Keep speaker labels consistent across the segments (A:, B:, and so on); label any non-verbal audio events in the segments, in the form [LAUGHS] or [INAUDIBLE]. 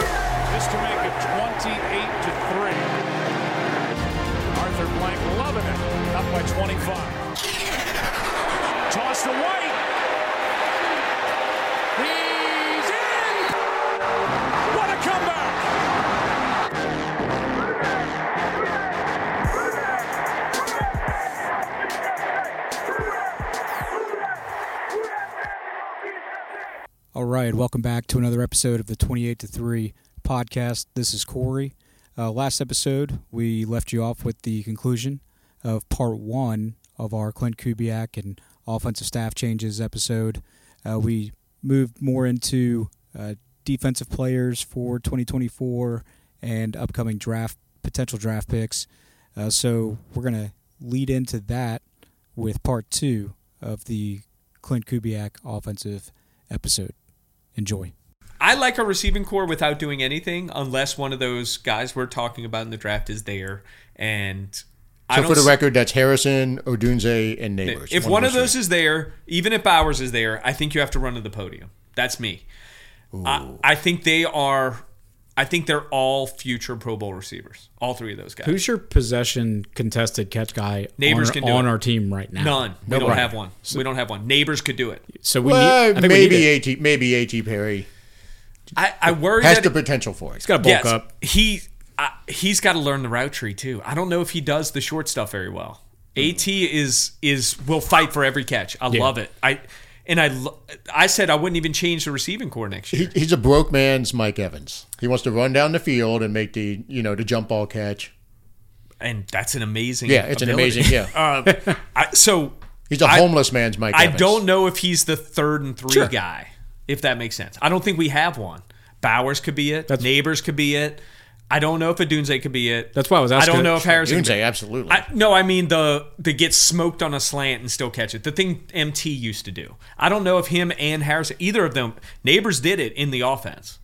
A: this to make it 28 to 3. Arthur Blank loving it. Up by 25. Toss to White. He's in! What a comeback!
B: All right, welcome back to another episode of the 28 to 3 podcast. This is Corey. Uh, last episode, we left you off with the conclusion of part one of our Clint Kubiak and offensive staff changes episode. Uh, we moved more into uh, defensive players for 2024 and upcoming draft potential draft picks. Uh, so we're going to lead into that with part two of the Clint Kubiak offensive episode. Enjoy.
C: I like our receiving core without doing anything, unless one of those guys we're talking about in the draft is there. And I
D: So
C: don't
D: for the
C: s-
D: record, that's Harrison, Odunze, and Neighbors.
C: if one of those
D: three.
C: is there, even if Bowers is there, I think you have to run to the podium. That's me. I, I think they are. I think they're all future Pro Bowl receivers. All three of those guys.
E: Who's your possession contested catch guy
C: Neighbors
E: on,
C: can do
E: on
C: it.
E: our team right now?
C: None. We don't
D: Nobody.
C: have one. we don't have one. Neighbors could do it.
E: So we
D: Well,
E: need. I think we need
D: Uh, maybe
E: it.
D: At maybe At Perry
C: I, I worry
D: has
C: that
D: the potential for it.
E: He's got to bulk
C: yes,
E: up.
C: he uh, he's got to learn the route tree too. I don't know if he does the short stuff very well. At is is will fight for every catch. I love it. I and I lo- I said I wouldn't even change the receiving core next year.
D: He, he's a broke man's Mike Evans. He wants to run down the field and make the you know the jump ball catch.
C: and that's an amazing.
D: Yeah, it's
C: ability.
D: an amazing. Yeah,
C: [LAUGHS] Uh, I, so
D: he's a
C: I-
D: homeless man's Mike.
C: I
D: Evans.
C: don't know if he's the third and three guy, if that makes sense. I don't think we have one. Bowers could be it. Neighbors could be it. I don't know if Adunze could be it.
E: That's why I was asking-
C: I don't know if Harrison.
D: Odunze, absolutely.
C: I, no, I mean the the get smoked on a slant and still catch it. The thing MT used to do. I don't know if him and Harrison, either of them, neighbors did it in the offense.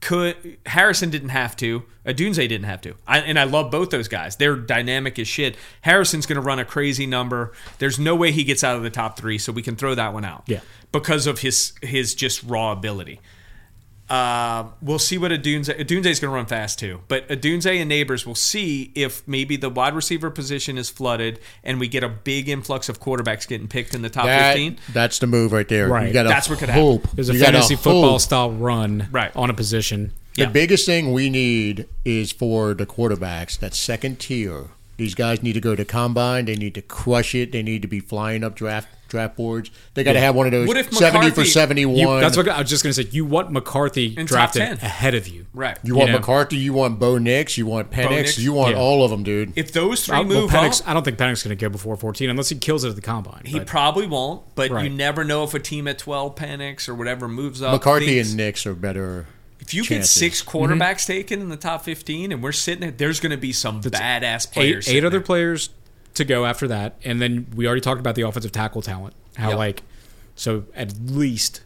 C: Could Harrison didn't have to. Adunze didn't have to. I, and I love both those guys. They're dynamic as shit. Harrison's going to run a crazy number. There's no way he gets out of the top three, so we can throw that one out.
E: Yeah.
C: because of his his just raw ability. Um, we'll see what Adunze Adunze's going to run fast too, but Adunze and Neighbors will see if maybe the wide receiver position is flooded and we get a big influx of quarterbacks getting picked in the top
D: That-
C: fifteen.
D: that's the move right there.
E: Right.
D: You gotta
C: That's what could
D: hope.
E: There's a
D: You gotta
E: fantasy football
D: hope.
E: style run
C: Right.
E: on a position.
D: The
C: Yeah.
D: biggest thing we need is for the quarterbacks, that second tier. These guys need to go to combine. They need to crush it. They need to be flying up draft draft boards. They got to have one of those
C: What if
D: seventy
C: McCarthy-
D: for seventy
E: You-
D: one.
E: that's what I was just going to say. You want McCarthy
C: top
E: drafted
C: 10.
E: ahead of you.
C: Right.
D: you want
E: you know.
D: McCarthy. You want Bo Nix. You want
C: Nix.
D: Penix. You want
E: Yeah.
D: all of them, dude.
C: if those three
E: I, well,
C: move
E: Penix-
C: up,
E: I don't think Penix going to go before 14 unless he kills it at the combine.
C: he
E: but-
C: probably won't. But you
E: Right.
C: never know if a team at twelve panics or whatever moves up.
D: McCarthy
C: thinks-
D: and Nix are better.
C: if you
D: chances.
C: get
E: Mm-hmm.
C: six quarterbacks taken in the top fifteen and we're sitting there, there's going to be some badass players.
E: eight, eight
C: sitting
E: other
C: there.
E: players to go after that, and then we already talked about the offensive tackle talent. How
C: Yeah.
E: like so at least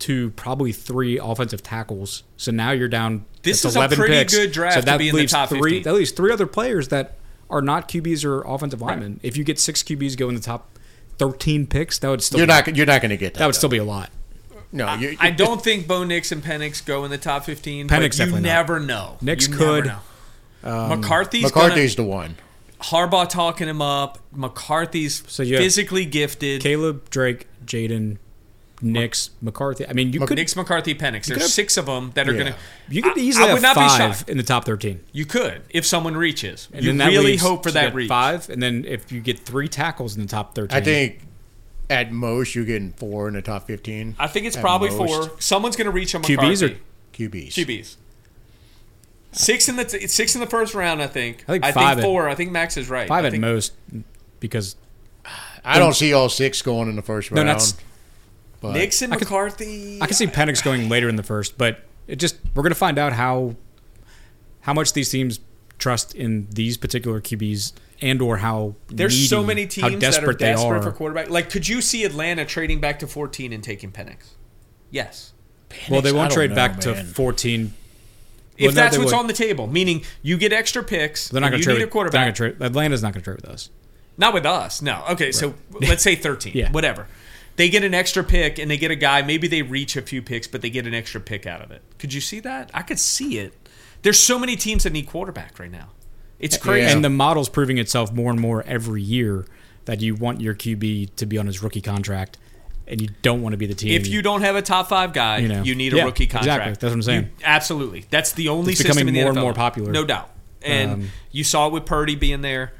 E: two, probably three offensive tackles. So now you're down.
C: This
E: that's
C: is a
E: 11
C: pretty
E: picks.
C: good draft
E: So
C: to
E: that
C: be in the
E: leaves
C: top
E: three.
C: 15.
E: That leaves three other players that are not QBs or offensive linemen. If you get six QBs go in the top thirteen picks, that would still
D: You're
E: be,
D: not. You're not going to get that.
E: that would still be a lot.
D: No. you,
C: I don't think Bo Nix and Penix go in the top fifteen.
E: Penix
C: but you
E: definitely not.
C: never know.
E: Nix
C: You
E: could. Um,
C: Never know. McCarthy's
D: McCarthy's the one.
C: gonna, Harbaugh talking him up. McCarthy's
E: you have
C: physically gifted.
E: Caleb, Drake, Jaden, Nix, McCarthy. I mean, you could
C: Nix, McCarthy, Penix. There's
E: have-
C: six of them that are
D: Yeah.
C: gonna.
E: you could
C: I-
E: easily
C: I, would
E: have
C: not be
E: five
C: shocked.
E: in the top thirteen.
C: You could if someone reaches.
E: And
C: you
E: then that
C: really
E: leaves-
C: hope for
E: so you
C: that
E: get
C: reach.
E: Five, and then if you get three tackles in the top thirteen,
D: I think at most you're getting four in the top fifteen.
C: I think it's
D: At
C: probably
D: most.
C: four. Someone's gonna reach on McCarthy.
E: QBs or
D: QBs.
C: QBs. Six in the t- six in the first round, I think.
E: I think five at-
C: four. I think Max is right.
E: five
C: I
E: at
C: think-
E: most, because
D: I don't see all six going in the first
E: No,
D: round.
E: that's-
D: but-
C: Nix and
E: I could-
C: McCarthy.
E: I can see Penix going later in the first. But it just we're going to find out how how much these teams trust in these particular QBs, and or how
C: There's so
E: needy-
C: many
E: how
C: teams that are
E: desperate they
C: desperate
E: are.
C: for quarterback. Like, could you see Atlanta trading back to 14 and taking Penix? Yes.
E: well, they
D: Penix, I
E: won't
D: don't
E: trade
D: know,
E: back to
D: man.
E: fourteen.
C: If
E: Well, no,
C: that's
E: they
C: what's
E: would.
C: on the table, meaning you get extra picks,
E: They're not
C: and
E: going
C: you
E: to trade.
C: need a
E: with- They're
C: quarterback.
E: not going to trade. Atlanta's not going to trade with us.
C: Not with us, no. Okay, so [LAUGHS] let's say 13,
E: Yeah.
C: whatever. They get an extra pick and they get a guy. Maybe they reach a few picks, but they get an extra pick out of it. Could you see that? I could see it. There's so many teams that need quarterback right now. It's crazy.
E: And the model's proving itself more and more every year that you want your QB to be on his rookie contract and you don't want to be the team.
C: If you don't have a top five guy, you, know, you need a
E: Yeah,
C: rookie contract.
E: exactly. That's what I'm saying.
C: You- absolutely. That's the only
E: It's
C: system
E: becoming
C: in the
E: more and
C: NFL.
E: more popular.
C: No doubt. And
E: Um,
C: you saw it with Purdy being there.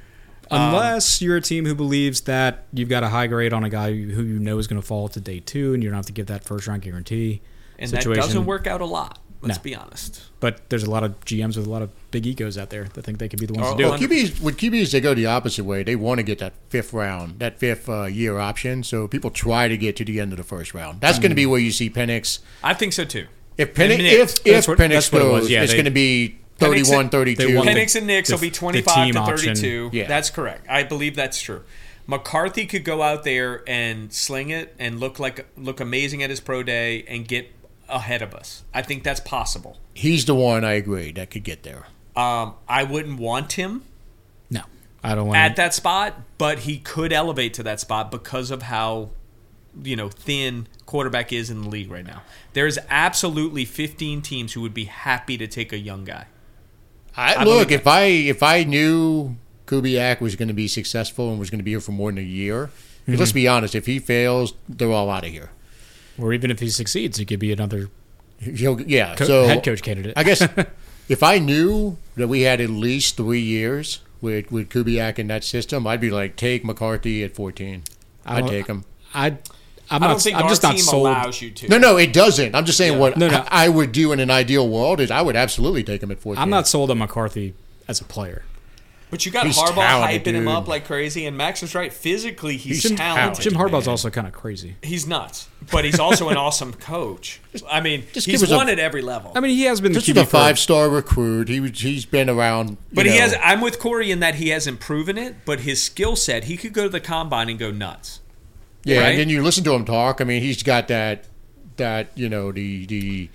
C: um,
E: Unless you're a team who believes that you've got a high grade on a guy who you know is going to fall to day two, and you don't have to give that first round guarantee.
C: And
E: situation.
C: that doesn't work out a lot. Let's
E: No.
C: be honest.
E: But there's a lot of GMs with a lot of big egos out there that think they could be the ones
C: Oh,
E: to do
C: oh,
E: it.
D: QBs with QBs they go the opposite way. They want to get that fifth round, that fifth uh, year option. So people try to get to the end of the first round. That's going to be where you see Penix.
C: I think so too.
D: If Penix,
C: And Nick.
D: if if
E: Mm. That's what-
D: Penix
E: that's what it was.
D: goes,
E: Yeah,
D: it's
E: they-
D: going to be
C: Penix-
D: 31,
E: they
D: 32.
E: want
C: Penix and Nix
E: the-
C: will be
E: the
C: 25 to
E: team option.
C: 32.
D: Yeah.
C: That's correct. I believe that's true. McCarthy could go out there and sling it and look like look amazing at his pro day and get ahead of us. I think that's possible.
D: He's the one I agree that could get there.
C: Um, I wouldn't want him
E: No, I don't want.
C: at that spot, but he could elevate to that spot because of how you know thin quarterback is in the league right now. There is absolutely 15 teams who would be happy to take a young guy.
D: I, look if I if I knew Kubiak was going to be successful and was going to be here for more than a year,
E: Mm-hmm.
D: 'cause let's be honest. If he fails, they're all out of here.
E: or even if he succeeds, he could be another
D: He'll, yeah,
E: co-
D: so
E: head coach candidate.
D: I
E: [LAUGHS]
D: guess if I knew that we had at least three years with with Kubiak in that system, I'd be like, take McCarthy at fourteen.
E: I
D: I'd
E: don't-
D: take him.
E: I, I'm
C: I
E: not.
C: don't think
E: I'm
C: our
E: just not
C: team
E: sold.
C: allows you to.
D: No, no, it doesn't. I'm just saying what
E: No, no.
D: I I would do in an ideal world is I would absolutely take him at fourteen.
E: I'm not sold on McCarthy as a player.
C: But you got
D: He's
C: Harbaugh hyping
D: talented,
C: him
D: dude.
C: up like crazy, and Max is right. Physically, he's,
E: Jim,
C: talented.
E: Jim Harbaugh's
D: man.
E: also kind of crazy.
C: He's nuts, but he's also an awesome coach. I mean,
D: just
C: he's
D: give us a-
C: won at every level.
E: I mean, he has been
D: This
E: the
D: is
E: QB
D: a
E: for-
D: five star recruit. He was, he's been around. you
C: but he
D: know.
C: has. I'm with Corey in that he hasn't proven it, but his skill set, he could go to the combine and go nuts.
D: Yeah,
C: right?
D: and then you listen to him talk. I mean, he's got that that you know the the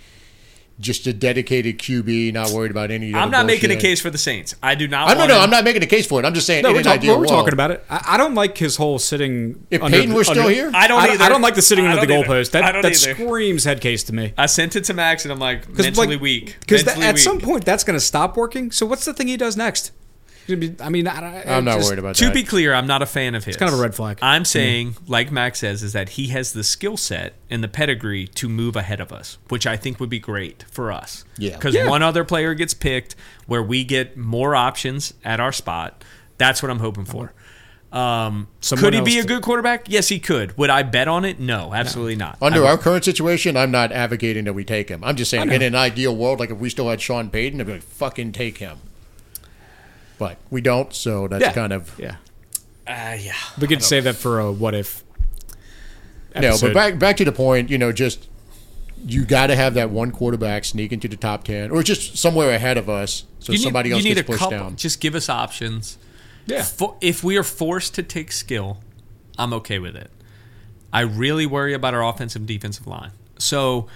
D: just a dedicated QB, not worried about any.
C: I'm
D: other
C: not making a
D: bullshit.
C: case for the Saints. I do not.
D: I don't
C: want
D: know.
C: him-
D: I'm not making a case for it. I'm just saying.
E: No,
D: in
E: we're,
D: an
E: talk-
D: ideal
E: we're talking
D: world.
E: about it. I, I don't like his whole sitting.
D: If
E: under-
D: Payton were still
E: under-
D: here,
C: I don't
E: I,
C: either.
E: I don't like the sitting
C: I
E: under the
C: don't either.
E: goalpost. That,
C: I don't
E: that
C: either.
E: screams head case to me.
C: I sent it to Max, and I'm like
E: Because
C: mentally weak.
E: Because
C: mentally
E: at
C: weak.
E: some point that's going to stop working. So what's the thing he does next? He's gonna be- I mean, I, I
D: I'm not
E: just-
D: worried about
C: To
D: that.
C: be clear, I'm not a fan of his. It's
E: kind of a red flag.
C: I'm saying, like Max says, is that he has the skill set and the pedigree to move ahead of us, which I think would be great for us.
D: Yeah.
C: Because one other player gets picked where we get more options at our spot. That's what I'm hoping for. Um,
E: Someone
C: could he be
E: else to-
C: a good quarterback? Yes, he could. Would I bet on it? No, absolutely not.
D: Under
C: I-
D: our current situation, I'm not advocating that we take him. I'm just saying, in an ideal world, like if we still had Sean Payton, I'd be like, fucking take him. But we don't, so that's
E: Yeah.
D: kind of.
E: Yeah.
C: Uh, yeah.
E: We could save that for a what if.
D: No,
E: episode.
D: but back back to the point, you know, just you got to have that one quarterback sneak into the top 10 or just somewhere ahead of us so
C: You need,
D: somebody
C: you
D: else
C: need
D: gets
C: a
D: pushed
C: couple.
D: down.
C: Just give us options.
E: yeah.
C: Fo- if we are forced to take skill, I'm okay with it. I really worry about our offensive and defensive line. So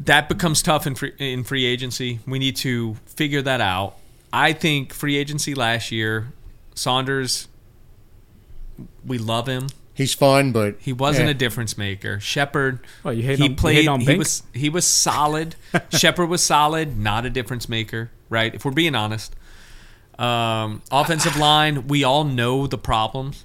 C: that becomes tough in free, in free agency. We need to figure that out. I think free agency last year, Saunders, we love him.
D: He's fun, but
C: He wasn't
D: eh.
C: a difference maker. Shepard,
E: Well, you hate
C: he
E: on- you
C: played.
E: hate on
C: he
E: Bink?
C: was he was
E: [LAUGHS]
C: solid. Shepard was solid, not a difference maker. Right? If we're being honest, um, offensive line, we all know the problems.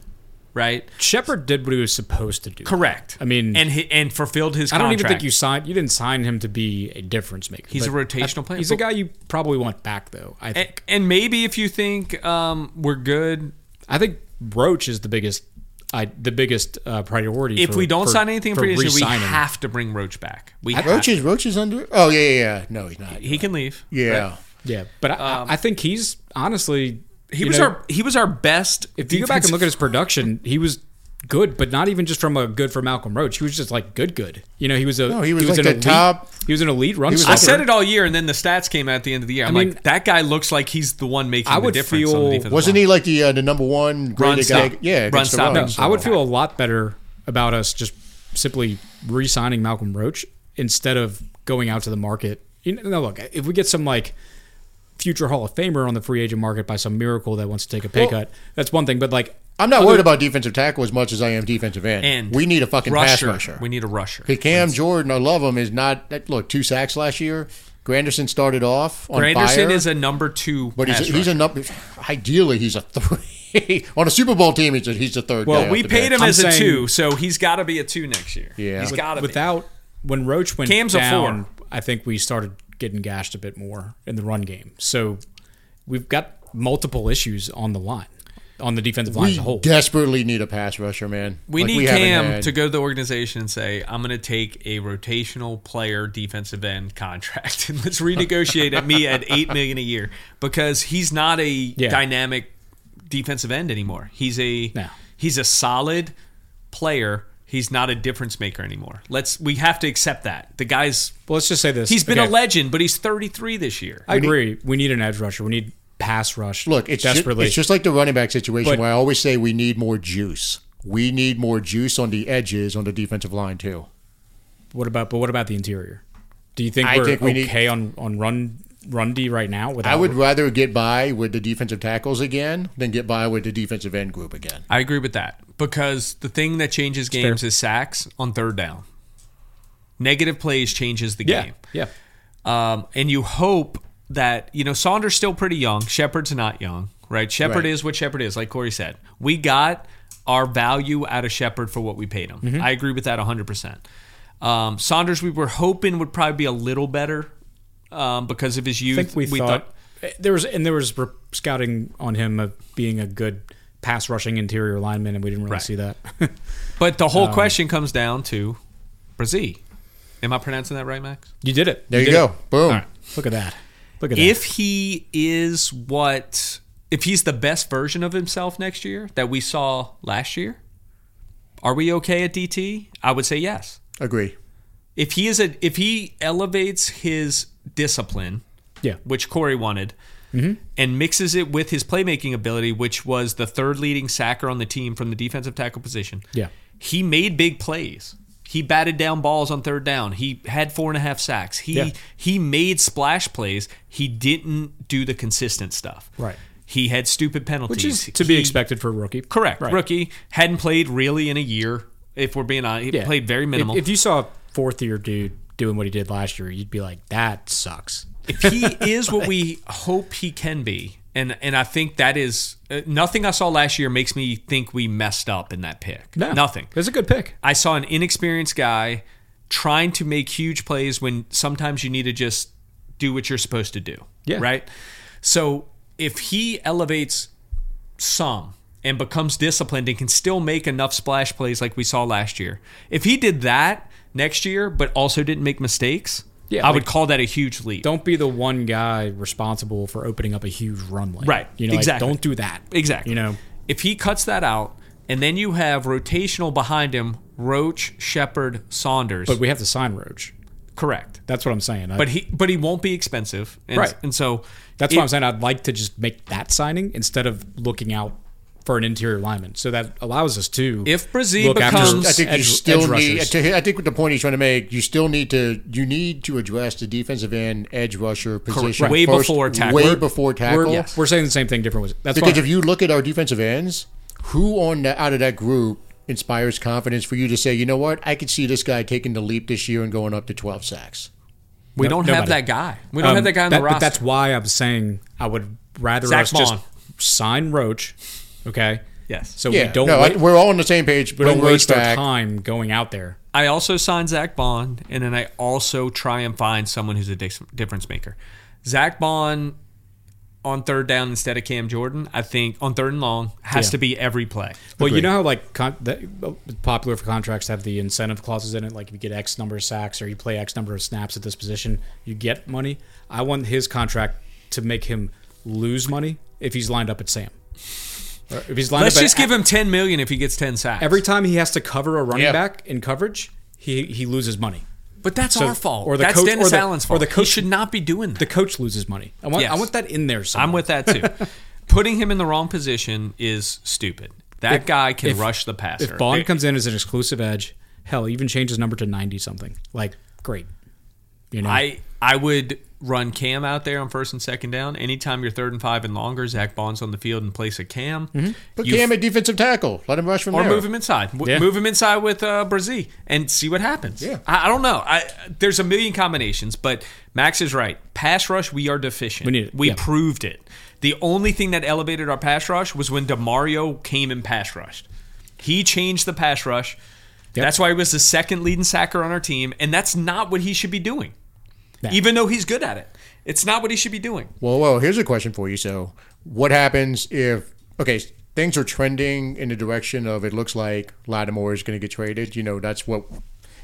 C: Right?
E: Shepard did what he was supposed to do.
C: Correct.
E: I mean-
C: and he, and fulfilled his.
E: I don't even
C: contract.
E: think you signed. You didn't sign him to be a difference maker.
C: He's a
E: but
C: rotational player,
E: He's
C: but-
E: a guy you probably want back, though. I think.
C: And, and maybe if you think um, we're good,
E: I think Roach is the biggest. I the biggest uh, priority.
C: if
E: for-
C: we don't
E: for-
C: sign anything in
E: for
C: free agency, we
E: re-signing.
C: have to bring Roach back. We have,
D: Roach is Roach is under. Oh yeah, yeah, yeah. No, he's not.
C: He can leave.
D: yeah.
E: Yeah, but I, I think he's honestly.
C: Um, He
E: you
C: was
E: know,
C: our he was our best.
E: If you go back and look at
C: defensive-
E: his production, he was good, but not even just from a good for Malcolm Roach. He was just like good, good. You know, he was a
D: No, he was like
E: an
D: the
E: elite,
D: top-
E: He was an elite run.
D: was
C: I
D: like
E: stopper.
C: said it all year, and then the stats came out at the end of the year. I'm
E: mean,
C: like, that guy looks like he's the one making
E: I
C: the
E: would
C: difference on the
E: feel-
C: defensive
D: Wasn't he like the uh, the number one graded
C: stop.
D: guy? Yeah,
C: Run
D: against the
C: stop.
D: run,
C: No,
D: so-
E: I would feel a lot better about us just simply re-signing Malcolm Roach instead of going out to the market. You know, now look, if we get some like future Hall of Famer on the free agent market by some miracle that wants to take a pay
D: Well-
E: cut, that's one thing. But like,
D: I'm not worried about defensive tackle as much as I am defensive end.
C: And
D: we need a fucking
C: rusher.
D: pass rusher.
C: We need a rusher.
D: Okay, Cam Jordan, I love him. Is not that look two sacks last year. Granderson started off on
C: Granderson
D: fire,
C: is a number two.
D: but he's
C: pass
D: a, he's a number. Ideally, he's a three [LAUGHS] on a Super Bowl team. He's a, he's a third.
C: Well,
D: guy
C: we
D: off the
C: paid
D: bench.
C: him
E: I'm
C: as a
E: saying-
C: two, so he's got to be a two next year.
D: Yeah.
C: he's
D: With-
C: got to be.
E: Without when Roach went
C: Cam's a
E: down,
C: four.
E: I think we started getting gashed a bit more in the run game. So we've got multiple issues on the line, on the defensive line as a
D: We
E: whole.
D: desperately need a pass rusher, man.
C: We
D: Like,
C: need
D: haven't
C: Cam
D: had-
C: to go to the organization and say, "I'm going to take a rotational player defensive end contract [LAUGHS] and let's renegotiate at me at eight million a year because he's not a dynamic defensive end anymore. He's a
E: No.
C: he's a solid player. He's not a difference maker anymore. Let's we have to accept that the guy's
E: well, let's just say this.
C: he's been
E: Okay.
C: a legend, but he's 33 this year.
E: I agree. We need an edge rusher. We need pass rush.
D: Look, it's just,
E: desperately.
D: it's just like the running back situation
E: But-
D: where I always say we need more juice. We need more juice on the edges on the defensive line too.
E: what about? But what about the interior? Do you think
D: I
E: we're
D: think we need-
E: okay on on run run D right now? Without
D: I would rather get by with the defensive tackles again than get by with the defensive end group again.
C: I agree with that because the thing that changes games is sacks on third down. Negative plays changes the
E: yeah
C: game.
E: yeah.
C: Um, and you hope that, you know, Saunders still pretty young. Shepard's not young, right? Shepard
D: Right.
C: is what Shepard is, like Corey said. We got our value out of Shepard for what we paid him.
E: Mm-hmm.
C: I agree with that 100%. Um, Saunders, we were hoping would probably be a little better um, because of his
E: I
C: youth.
E: think we, thought, there was and there was re- scouting on him of being a good pass rushing interior lineman, and we didn't really
C: Right.
E: see that. [LAUGHS]
C: But the
E: um,
C: whole question comes down to Brazil. Am I pronouncing that right, Max?
E: you did it.
D: There you,
E: did
D: go.
E: it.
D: Boom.
E: Look at that. Look at
C: If he is what, if he's the best version of himself next year that we saw last year, are we okay at DT? I would say yes.
D: Agree.
C: If he is a, if he elevates his discipline,
E: that. Yeah.
C: which Corey wanted,
E: Mm-hmm.
C: and mixes it with his playmaking ability, which was the third leading sacker on the team from the defensive tackle position.
E: Yeah.
C: He made big plays. He batted down balls on third down. He had four and a half sacks. He
E: Yeah.
C: he made splash plays. He didn't do the consistent stuff.
E: Right.
C: He had stupid penalties.
E: Which is to be
C: He-
E: expected for a rookie.
C: Correct.
E: Right.
C: Rookie hadn't played really in a year. If we're being honest, he
E: Yeah.
C: played very
E: If-
C: minimal.
E: If, you saw a fourth year dude doing what he did last year, you'd be like, that sucks.
C: if he is what we hope he can be, and and I think that is uh, nothing I saw last year makes me think we messed up in that pick.
E: No.
C: Nothing.
E: It's a good pick.
C: I saw an inexperienced guy trying to make huge plays when sometimes you need to just do what you're supposed to do.
E: Yeah.
C: Right. So if he elevates some and becomes disciplined and can still make enough splash plays like we saw last year, if he did that next year but also didn't make mistakes,
E: Yeah,
C: I
E: like-
C: would call that a huge leap.
E: Don't be the one guy responsible for opening up a huge run lane.
C: Right.
E: You know, like,
C: Exactly.
E: don't do that.
C: Exactly.
E: You know,
C: if he cuts that out, and then you have rotational behind him, Roach, Shepard, Saunders.
E: but we have to sign Roach.
C: correct.
E: That's what I'm saying. I-
C: But he, but he won't be expensive, and,
E: Right.
C: And so
E: That's
C: it-
E: why I'm saying I'd like to just make that signing instead of looking out for an interior lineman. So that allows us to
C: If Brazil
E: look after
C: becomes-
D: I think you
E: edge-
D: still
E: edge
D: need.
E: rushers.
D: to- I think the point he's trying to make, you still need to. You need to address the defensive end edge rusher position
C: Right. Way
D: first,
C: before tackle.
D: Way
C: We're-
D: before
E: we're,
D: tackle.
E: we're saying the same thing different ways. That's
D: Because
E: why
D: if you look at our defensive ends, who on the, out of that group inspires confidence for you to say, you know what, I could see this guy taking the leap this year and going up to 12 sacks.
C: we
E: No-
C: don't have
E: nobody.
C: that guy. We don't
E: um,
C: have that guy on
E: that-
C: the
E: but
C: roster.
E: That's why I'm saying I would rather
C: Zach
E: us just
C: Vaughn.
E: sign Roach. Okay.
C: Yes.
E: So
D: Yeah,
E: we don't
D: no,
E: wa-
D: I, we're all on the same page.
E: we
D: Bring
E: don't
D: Roach
E: waste our
D: back.
E: time going out there.
C: I also sign Zach Bond, and then I also try and find someone who's a dix- difference maker. Zach Bond on third down instead of Cam Jordan, I think on third and long has
E: Yeah.
C: to be every play.
E: Well, you know how like con- that, uh, popular for contracts have the incentive clauses in it. Like if you get X number of sacks or you play X number of snaps at this position, you get money. I want his contract to make him lose money if he's lined up at Sam. Or if he's lined
C: Let's
E: up,
C: just
E: at,
C: give him ten million if he gets ten sacks.
E: every time he has to cover a running
D: Yeah.
E: back in coverage, he he loses money.
C: but that's
E: so-
C: our fault.
E: or the
C: that's
E: coach-
C: Dennis
E: or the-
C: Allen's
E: or
C: fault.
E: the coach-
C: he should not be doing that.
E: The coach loses money. I want
C: Yes.
E: I want that in there. Somewhere.
C: I'm with that
E: [LAUGHS]
C: too. Putting him in the wrong position is stupid. That
E: If-
C: guy can
E: if-
C: rush the passer.
E: If Bond
C: It-
E: comes in as an exclusive edge, hell, even change his number to ninety something. Like great. You know,
C: I I would run Cam out there on first and second down. Anytime you're third and five and longer, Zach Bond's on the field in place of Cam.
E: Mm-hmm.
D: Put
C: You
D: Cam at defensive tackle. Let him rush from
C: or
D: there.
C: move him inside. W-
E: Yeah.
C: Move him inside with uh, Brazee and see what happens.
D: Yeah.
C: I, I don't know. I, there's a million combinations, but Max is right. Pass rush, we are deficient.
E: We need it. Yeah.
C: proved it. The only thing that elevated our pass rush was when Demario came and pass rushed. He changed the pass rush. That's why he was the second leading sacker on our team, and that's not what he should be doing.
E: Nah.
C: Even though he's good at it, it's not what he should be doing.
D: Well, well, here's a question for you. So, what happens if okay, things are trending in the direction of it looks like Lattimore is going to get traded. You know, that's what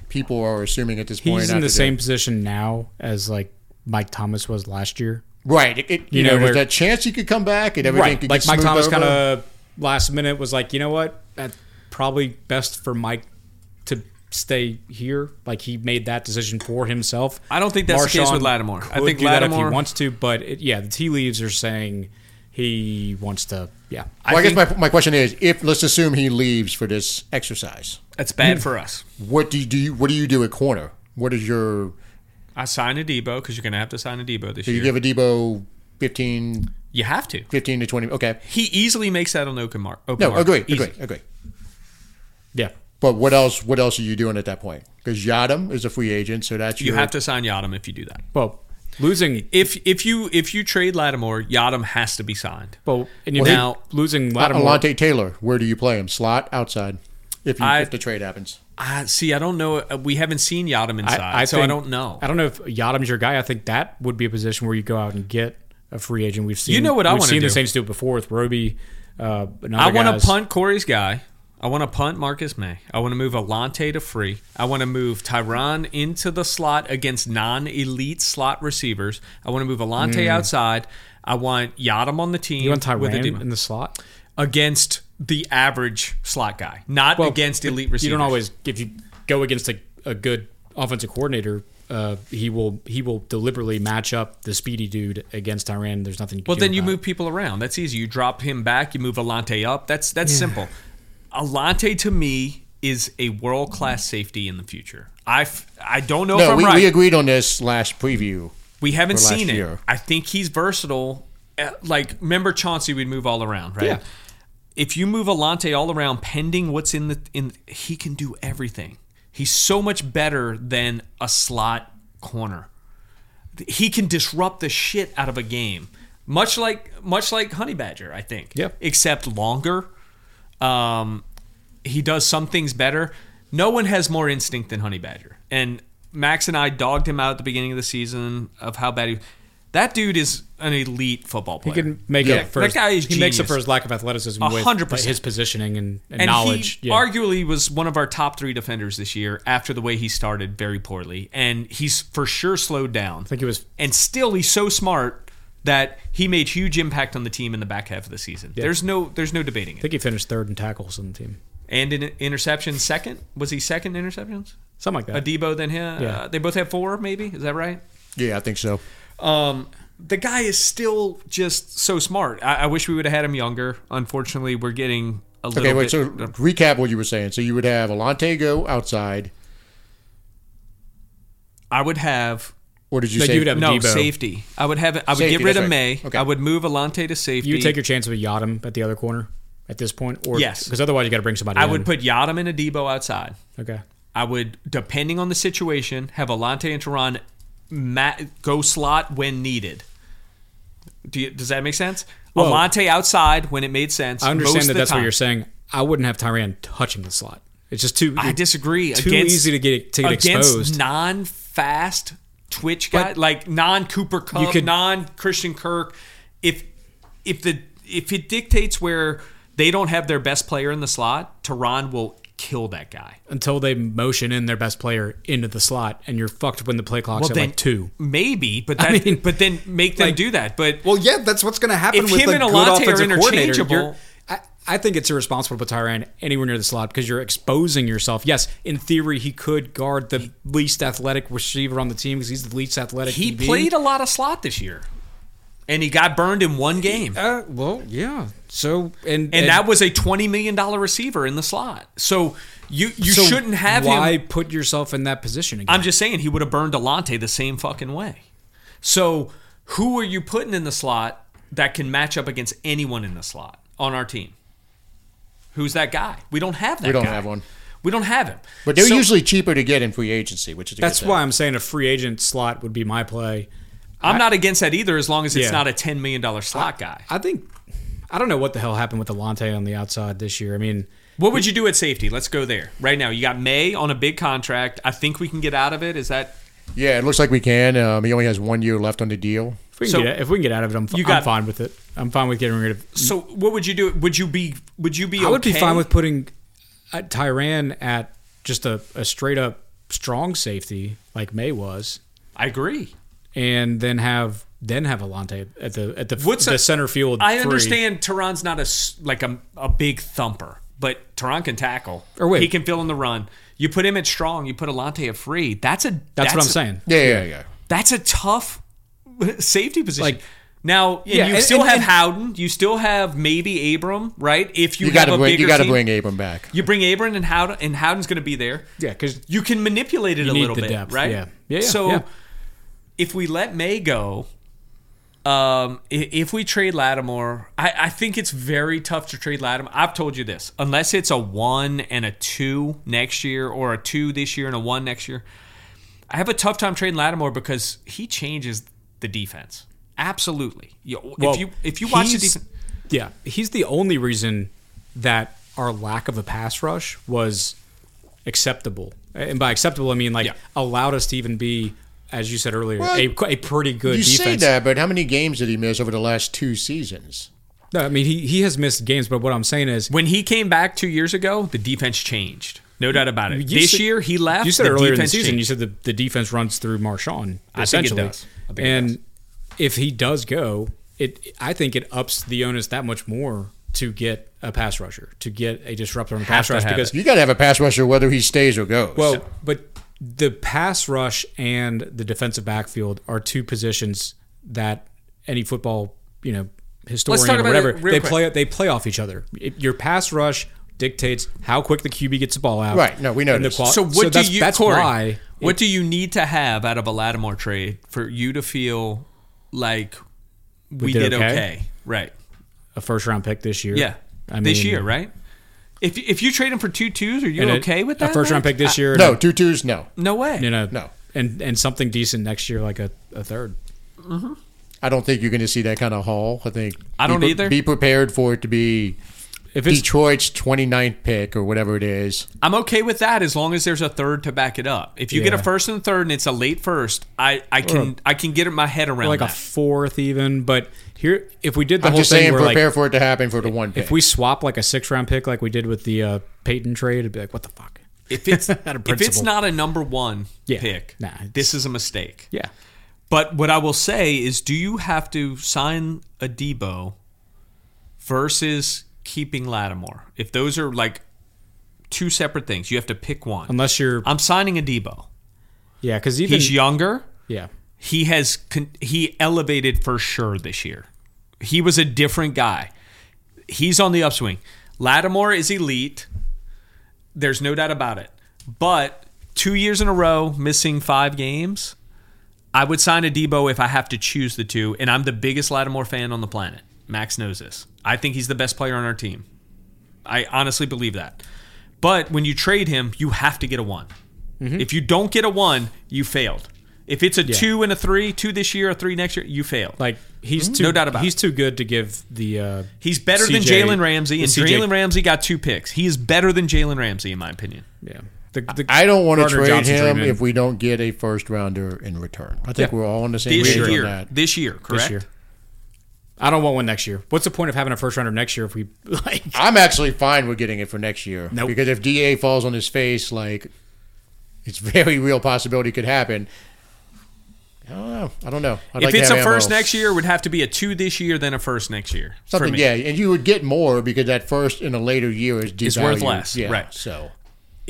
D: people are assuming at this point.
E: he's in
D: after
E: the same position now as like Mike Thomas was last year.
D: right. It, it- you,
E: know,
D: know,
E: where-
D: there's that chance he could come back and everything.
E: Right,
D: could
E: like
D: get
E: Mike
D: smoothed
E: Thomas
D: over.
E: kind of last minute was like, you know what, that's probably best for Mike to stay here. Like he made that decision for himself.
C: I don't think that's the case with Lattimore. I
E: could
C: think
E: do that if
C: Lattimore-
E: he wants to, but it, yeah, the tea leaves are saying he wants to. Yeah,
D: Well, I, guess my, my question is, if let's assume he leaves for this exercise,
C: That's bad
E: Hmm.
C: for us.
D: what do you do? You, what do you do at corner? What is your?
C: I sign a Debo because you're going to have to sign a Debo this
D: Do you
C: year.
D: give a Debo 15,
C: you have to.
D: 15 to twenty? Okay,
C: He easily makes that on open mark. Open
D: no,
C: mark.
D: agree,
C: Easy.
D: agree, agree.
E: yeah.
D: But what else? What else are you doing at that point? Because Yadam is a free agent, so that's
C: You
D: your,
C: have to sign Yadam if you do that.
E: Well, losing.
C: If if you if you trade Lattimore, Yadam has to be signed.
E: Well, and you
C: Well,
E: now losing Lattimore.
D: Alante Taylor. Where do you play him? Slot outside. If, you,
C: I-
D: if the trade happens,
C: I see. I don't know. Uh, We haven't seen Yadam inside, so I
E: think-
C: don't know.
E: I don't know if Yadam's your guy. I think that would be a position where you go out and get a free agent. We've seen
C: You know what I
E: we've
C: wanna
E: seen
C: do.
E: the Saints do it before with Roby. Uh, and
C: I
E: other
C: want
E: guys.
C: to punt Corey's guy. I want to punt Marcus May. I want to move Alante to free. I want to move Tyron into the slot against non-elite slot receivers. I want to move Alante outside. I want Yadam on the team.
E: Hmm. You want
C: with a
E: Tyran
C: Debo.
E: in the slot?
C: against the average slot guy, not against elite receivers.
E: You don't always if you go against a, a good offensive coordinator, uh, he will he will deliberately match up the speedy dude against Tyran. There's nothing.
C: Well,
E: do
C: then you
E: about
C: move people around. That's easy. You drop him back. You move Alante up. That's that's simple. Alante to me is a world class safety in the future. I f- I don't know if
D: no,
C: I'm
D: we,
C: right.
D: we agreed on this last preview.
C: We haven't
D: for last
C: seen it.
D: year.
C: I think he's versatile. Uh, Like remember Chauncey, we'd move all around, right?
E: Yeah.
C: If you move Alante all around, pending what's in the in, he can do everything. He's so much better than a slot corner. He can disrupt the shit out of a game, much like much like Honey Badger, I think.
E: Yeah.
C: Except longer. Um, he does some things better. No one has more instinct than Honey Badger. And Max and I dogged him out at the beginning of the season of how bad he That dude is an elite football player.
E: He can make
D: Yeah.
E: up for his-
C: That guy is
E: he makes up
C: genius.
E: for his lack of athleticism
C: A
E: with
C: hundred
E: like,
C: percent.
E: his positioning and, and,
C: and
E: knowledge.
C: he
E: yeah.
C: arguably was one of our top three defenders this year after the way he started very poorly. And he's for sure slowed down. I
E: think he was-
C: And still he's so smart that he made huge impact on the team in the back half of the season. There's no there's no debating
E: I
C: it.
E: think he finished third in tackles on the team,
C: And in interceptions second? Was he second in interceptions?
E: something like that.
C: Adebo than him.
E: Yeah.
C: Uh, they both have four, maybe. Is that right?
D: Yeah, I think so.
C: Um, the guy is still just so smart. I, I wish we would have had him younger. Unfortunately, we're getting a little
D: Okay,
C: bit.
D: wait. So recap what you were saying. So you would have Alante go outside,
C: I would have
D: or did you
E: So
D: say
E: you would have-
C: no
E: Debo.
C: safety. I would have. I would
D: Safety,
C: get rid of
D: that's right.
C: May.
D: Okay.
C: I would move Alante to safety.
E: you would take your chance with Yadam at the other corner at this point, or
C: Yes.
E: because otherwise you got to bring somebody.
C: I
E: in.
C: would put Yadam and Adebo outside.
E: okay.
C: I would, depending on the situation, have Alante and Tehran ma- go slot when needed. Do you, does that make sense?
E: Well-
C: Alante outside when it made sense.
E: I
C: most
E: understand
C: of
E: that
C: the
E: that's what
C: time.
E: you're saying. I wouldn't have Tyran touching the slot. It's just too.
C: I disagree.
E: Too
C: against,
E: easy to get to get
C: against
E: exposed.
C: non-fast twitch guy,
E: But-
C: like non-Cooper Cup,
E: could-
C: non-Christian Kirk. If if the if it dictates where they don't have their best player in the slot, Tehran will kill that guy.
E: until they motion in their best player into the slot, and you're fucked when the play clock's at like two.
C: maybe, but that,
E: mean,
C: but then make them
E: like-
C: do that. But
E: Well, yeah, that's what's going to happen
C: If with him a and good Alante are offensive coordinator. interchangeable- You're-
E: I, I think it's irresponsible to put Tyran anywhere near the slot because you're exposing yourself. Yes, in theory, he could guard the least athletic receiver on the team because he's the least athletic.
C: he
E: DB.
C: played a lot of slot this year. and he got burned in one game.
E: Uh, well, yeah. So and
C: and, that was a twenty million dollar receiver in the slot. So you you
E: so
C: shouldn't have
E: why
C: him.
E: put yourself in that position again?
C: I'm just saying he would have burned Delonte the same fucking way. So who are you putting in the slot that can match up against anyone in the slot on our team? Who's that guy? We don't have that.
D: We don't
C: guy.
D: have one.
C: We don't have him.
D: But they're
C: So-
D: usually cheaper to get in free agency, which is a
E: That's
D: good thing.
E: why I'm saying a free agent slot would be my play.
C: I'm not against that either, as long as it's
E: Yeah.
C: not a ten million dollar slot guy.
E: I think I don't know what the hell happened with Alante on the outside this year. I mean,
C: What would you do at safety? Let's go there right now. You got May on a big contract. I think we can get out of it. Is that
D: Yeah, it looks like we can. Um, he only has one year left on the deal.
E: if we can,
C: So-
E: get, if we can get out of it, I'm, f-
C: You
E: I'm
C: got-
E: fine with it. I'm fine with getting rid of.
C: so? What would you do? Would you be? Would you be?
E: I would be
C: okay?
E: fine with putting uh, Tyran at just a, a straight up strong safety like May was,
C: I agree.
E: and then have then have Alante at the at the,
C: What's
E: the
C: a-
E: center field.
C: I
E: three.
C: understand Tehran's not a s- like a, a big thumper, but Tehran can tackle.
E: Or wait.
C: he can fill in the run. You put him at strong. You put Alante at free. That's a.
E: That's, what I'm
C: a-
E: saying.
D: Yeah, yeah, yeah.
C: That's a tough [LAUGHS] safety position.
E: Like-
C: now, and
E: Yeah,
C: you
E: and-
C: still
E: and-
C: have
E: and-
C: Howden. You still have maybe Abram, right? If you, have
D: You got to
C: a
D: bring.
C: bigger
D: You got to
C: team-
D: bring Abram back.
C: You bring Abram and Howden, and Howden's going to be there.
E: Yeah, because
C: You can manipulate it a
E: need
C: little
E: the
C: bit,
E: depth,
C: right?
E: yeah. Yeah, yeah,
C: so
E: yeah.
C: if we let May go, um, i- if we trade Lattimore, I, I think it's very tough to trade Lattimore. I've told you this, unless it's a one and a two next year, or a two this year and a one next year. I have a tough time trading Lattimore because he changes the defense. Absolutely. You- if you if you watch the
E: he's-
C: defense,
E: yeah, he's the only reason that our lack of a pass rush was acceptable, and by acceptable I mean like
C: Yeah.
E: allowed us to even be, as you said earlier,
D: Well,
E: a, a pretty good
D: You
E: defense.
D: say that, but how many games did he miss over the last two seasons?
E: No, I mean he he has missed games, but what I'm saying is
C: when he came back two years ago, the defense changed. No doubt about it.
E: You
C: this
E: said-
C: year he left.
E: You said
C: the
E: earlier in the
C: defense
E: season,
C: changed.
E: you said the, the defense runs through Marshawn
C: I think it
E: essentially,
C: does. I think it
E: and
C: does.
E: if he does go, it I think it ups the onus that much more to get a pass rusher, to get a disruptor on pass
C: to
E: rush
C: have
E: because
D: You got to have a pass rusher whether he stays or goes.
E: well, but the pass rush and the defensive backfield are two positions that any football you know
C: Let's talk
E: historian or
C: about
E: whatever
C: it real
E: they
C: quick.
E: play they play off each other. It- your pass rush dictates how quick the QB gets the ball out.
D: Right, no, we know
E: and the
D: this.
E: qual-
C: So what do
E: Uh, that's,
C: you,
E: That's
C: Corey,
E: why
C: What do you need to have out of a Lattimore trade for you to feel like we,
E: did
C: did,
E: okay?
C: okay. Right.
E: a first round pick this year.
C: Yeah.
E: I
C: this
E: mean,
C: year, right? If if you trade him for two twos, are you
E: and a-
C: okay with that?
E: A first round
C: Mike?
E: pick this year.
D: no
E: and
D: two twos. No,
C: I- no way.
E: a, you know,
D: No.
E: and and something decent next year, like a, a third.
D: I don't think you're going to see that kind of haul. I think
C: I don't
D: be, pre-
C: either.
D: Be prepared for it to be
E: If it's
D: Detroit's 29th pick or whatever it is.
C: I'm okay with that as long as there's a third to back it up. If you get
E: Yeah.
C: a first and a third and it's a late first, I, I can I can get my head around
E: like a
C: that.
E: fourth, even, but here, if we did the
D: I'm
E: whole
D: just
E: thing,
D: saying,
E: where, like,
D: prepare for it to happen for the one pick.
E: if we swap like a six round pick, like we did with the uh, Peyton trade, it'd be like, what the fuck?
C: if
E: [LAUGHS]
C: it's
E: Out of
C: if it's
E: principle.
C: not a number one
E: Yeah.
C: pick,
E: Nah, it's-
C: this is a mistake.
E: Yeah,
C: But what I will say is, do you have to sign a Debo versus keeping Lattimore? If those are like two separate things, you have to pick one.
E: unless you're,
C: I'm signing a Debo.
E: yeah, because even
C: Uh, He's younger.
E: yeah,
C: He has con- he elevated for sure this year. He was a different guy. He's on the upswing. Lattimore is elite. There's no doubt about it. But two years in a row, missing five games, I would sign a Debo if I have to choose the two. And I'm the biggest Lattimore fan on the planet. Max knows this. I think he's the best player on our team. I honestly believe that. But when you trade him, you have to get a one. If you don't get a one, you failed. If it's a two and a three, two this year, a three next year, you failed.
E: like he's too,
C: Mm-hmm. No doubt about
E: he's
C: it.
E: too good to give the. Uh,
C: He's better than
E: CJ
C: Jalen Ramsey,
E: the
C: and
E: CJ
C: Jalen Ramsey got two picks. He is better than Jalen Ramsey, in my opinion.
E: yeah, the, the,
D: I don't want to
E: Gardner
D: trade
E: Johnson
D: him
E: traded in.
D: if we don't get a first rounder in return. I think
E: Yeah.
D: we're all on the same
C: This
D: page on
C: year,
D: that.
C: this year, correct?
E: year. I don't want one next year. What's the point of having a first rounder next year if we [LAUGHS] like?
D: I'm actually fine with getting it for next year.
E: Nope.
D: Because if DA falls on his face, like it's [LAUGHS] very real possibility could happen. I don't know. I don't know. I'd like
C: if
D: to
C: it's
D: have
C: a first
D: ammo.
C: next year, it would have to be a two this year, then a first next year. for
D: something,
C: me.
D: yeah, and you would get more because that first in a later year is devalued.
C: It's worth less,
D: yeah.
C: right.
D: So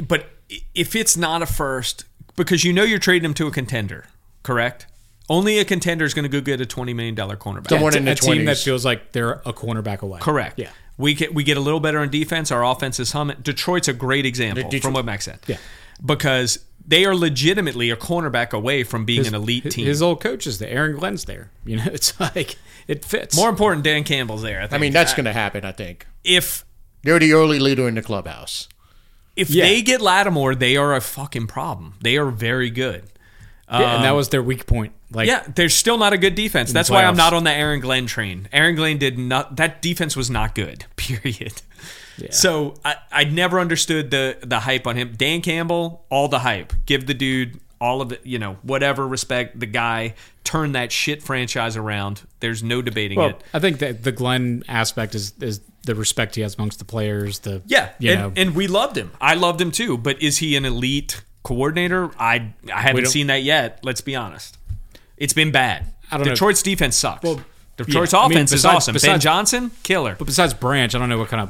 C: But i- if it's not a first, because you know you're trading him to a contender, correct? Only a contender is going to go get a twenty million dollar cornerback.
D: Someone- One
E: a
D: in the
E: team that
D: 20s.
E: feels like they're a cornerback away.
C: Correct.
E: Yeah.
C: We get we get a little better on defense. Our offense is humming. Detroit's a great example
D: Detroit-
C: from what Max said.
E: Yeah.
C: Because they are legitimately a cornerback away from being
E: His-
C: an elite
E: his-
C: team.
E: His old coach is there. Aaron Glenn's there. You know, [LAUGHS] it's like it fits.
C: More important, Dan Campbell's there. I, think. Uh,
D: I mean, that's going to happen. I think
C: if
D: they're the early leader in the clubhouse.
C: if
E: Yeah.
C: they get Lattimore, they are a fucking problem. They are very good.
E: Yeah,
C: um,
E: and that was their weak point. Like
C: Yeah, they're still not a good defense. That's why I'm
E: playoffs.
C: not on the Aaron Glenn train. Aaron Glenn did not. That defense was not good. [LAUGHS] Period. So I, I never understood the the hype on him. Dan Campbell, all the hype. Give the dude all of it. You know, whatever respect the guy. Turn that shit franchise around. There's no debating
E: Well,
C: it.
E: I think that the Glenn aspect is is the respect he has amongst the players. The
C: Yeah,
E: you
C: and,
E: know,
C: and we loved him. I loved him too. But is he an elite coordinator? I I haven't
E: don't-
C: seen that yet. Let's be honest. It's been bad.
E: I don't know.
C: Detroit's defense sucks. Detroit's
E: yeah. I
C: offense
E: mean,
C: is
E: besides-
C: awesome. ben
E: besides-
C: Johnson, killer.
E: but besides Branch, I don't know what kind of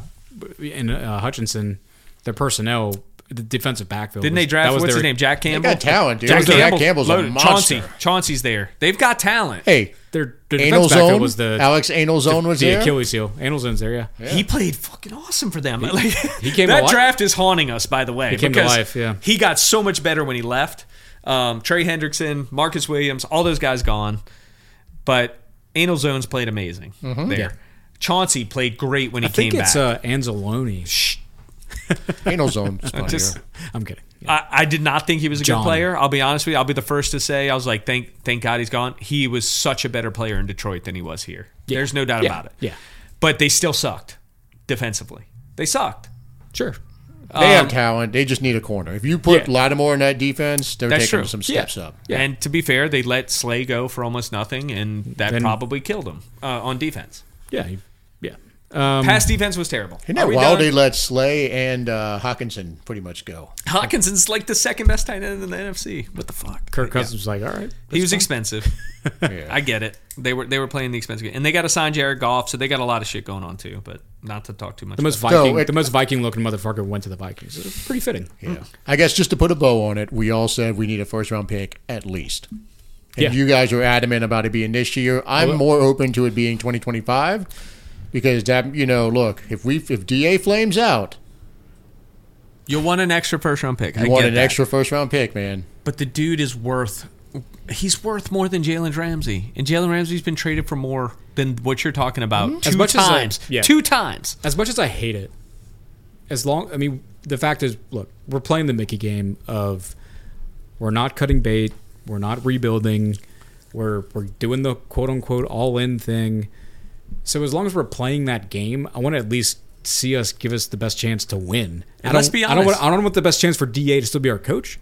E: and uh, Hutchinson, their personnel, the defensive backfield.
C: Didn't
E: was-
C: they draft
E: that was
C: what's
E: their,
C: his name? Jack
D: They
C: Campbell.
D: got talent, dude.
C: Jack
D: Jack
C: Campbell's,
D: Campbell's a
C: loaded.
D: monster.
C: Chauncey. Chauncey's there. They've got talent.
D: Hey,
E: Their, their
D: Anal
E: defensive backfield
D: Zone
E: was the
D: Alex Anal Zone was
E: the
D: there.
E: Achilles heel. Anal zone's there, yeah.
C: He played fucking awesome for them. [LAUGHS] Like,
E: he came
C: that
E: to life.
C: draft is haunting us, by the way. He
E: came to life, yeah.
C: He got so much better when he left. Um, Trey Hendrickson, Marcus Williams, all those guys gone. But Anal Zones played amazing there.
E: Mm-hmm. Yeah.
C: Chauncey played great when he
E: I think
C: came
E: it's
C: back.
E: uh, Anzalone. Shh,
D: [LAUGHS] Anal Zone.
C: [LAUGHS]
D: is funnier.
C: Just-
E: I'm kidding. Yeah.
C: I, I did not think he was a
E: uh, John.
C: good player. I'll be honest with you. I'll be the first to say I was like, thank thank God he's gone. He was such a better player in Detroit than he was here. There's no doubt
E: Yeah.
C: about it.
E: Yeah.
C: But they still sucked defensively. They sucked.
E: Sure.
D: They
C: um,
D: have talent. They just need a corner. If you put Lattimore in that defense, they're
C: That's true.
D: taking some
E: Yeah.
D: steps up.
E: Yeah.
C: And to be fair, they let Slay go for almost nothing, and that
E: Then-
C: probably killed him uh, on defense.
E: Yeah. you- Yeah. Um,
C: Pass defense was terrible.
D: Isn't
C: Are
D: that
C: we
D: wild? They
C: done?
D: let Slay and uh, Hawkinson pretty much go.
C: Hawkinson's like the second best tight end in the NFC. What the fuck?
E: Kirk Cousins was like, all right.
C: he
E: [LAUGHS]
C: was expensive. [LAUGHS] [LAUGHS] I get it. They were they were playing the expensive game, and they got to sign Jared Goff, so they got a lot of shit going on too. But not to talk too much.
E: The most
C: about
E: Viking,
D: it-
E: the most Viking looking motherfucker went to the Vikings. It was pretty fitting.
C: [LAUGHS]
D: Yeah. I guess just to put a bow on it, we all said we need a first round pick at least. And
E: Yeah.
D: you guys were adamant about it being this year. I'm more open to it being 2025 because that you know, look, if we if DA flames out,
C: it. you'll want an extra first round pick.
D: you
C: I
D: want
C: get
D: an
C: that.
D: extra first round pick, man.
C: but the dude is worth. He's worth more than Jalen Ramsey, and Jalen Ramsey's been traded for more than what you're talking about two
E: As much as, uh,
C: times.
E: yeah.
C: Two times.
E: As much as I hate it, as long I mean, the fact is, look, we're playing the Mickey game of we're not cutting bait, we're not rebuilding, we're we're doing the quote unquote all in thing. So as long as we're playing that game, I want to at least see us give us the best chance to win. I
C: let's
E: don't-
C: be
E: I don't, want,
C: honest.
E: I don't want the best chance for DA to still be our coach.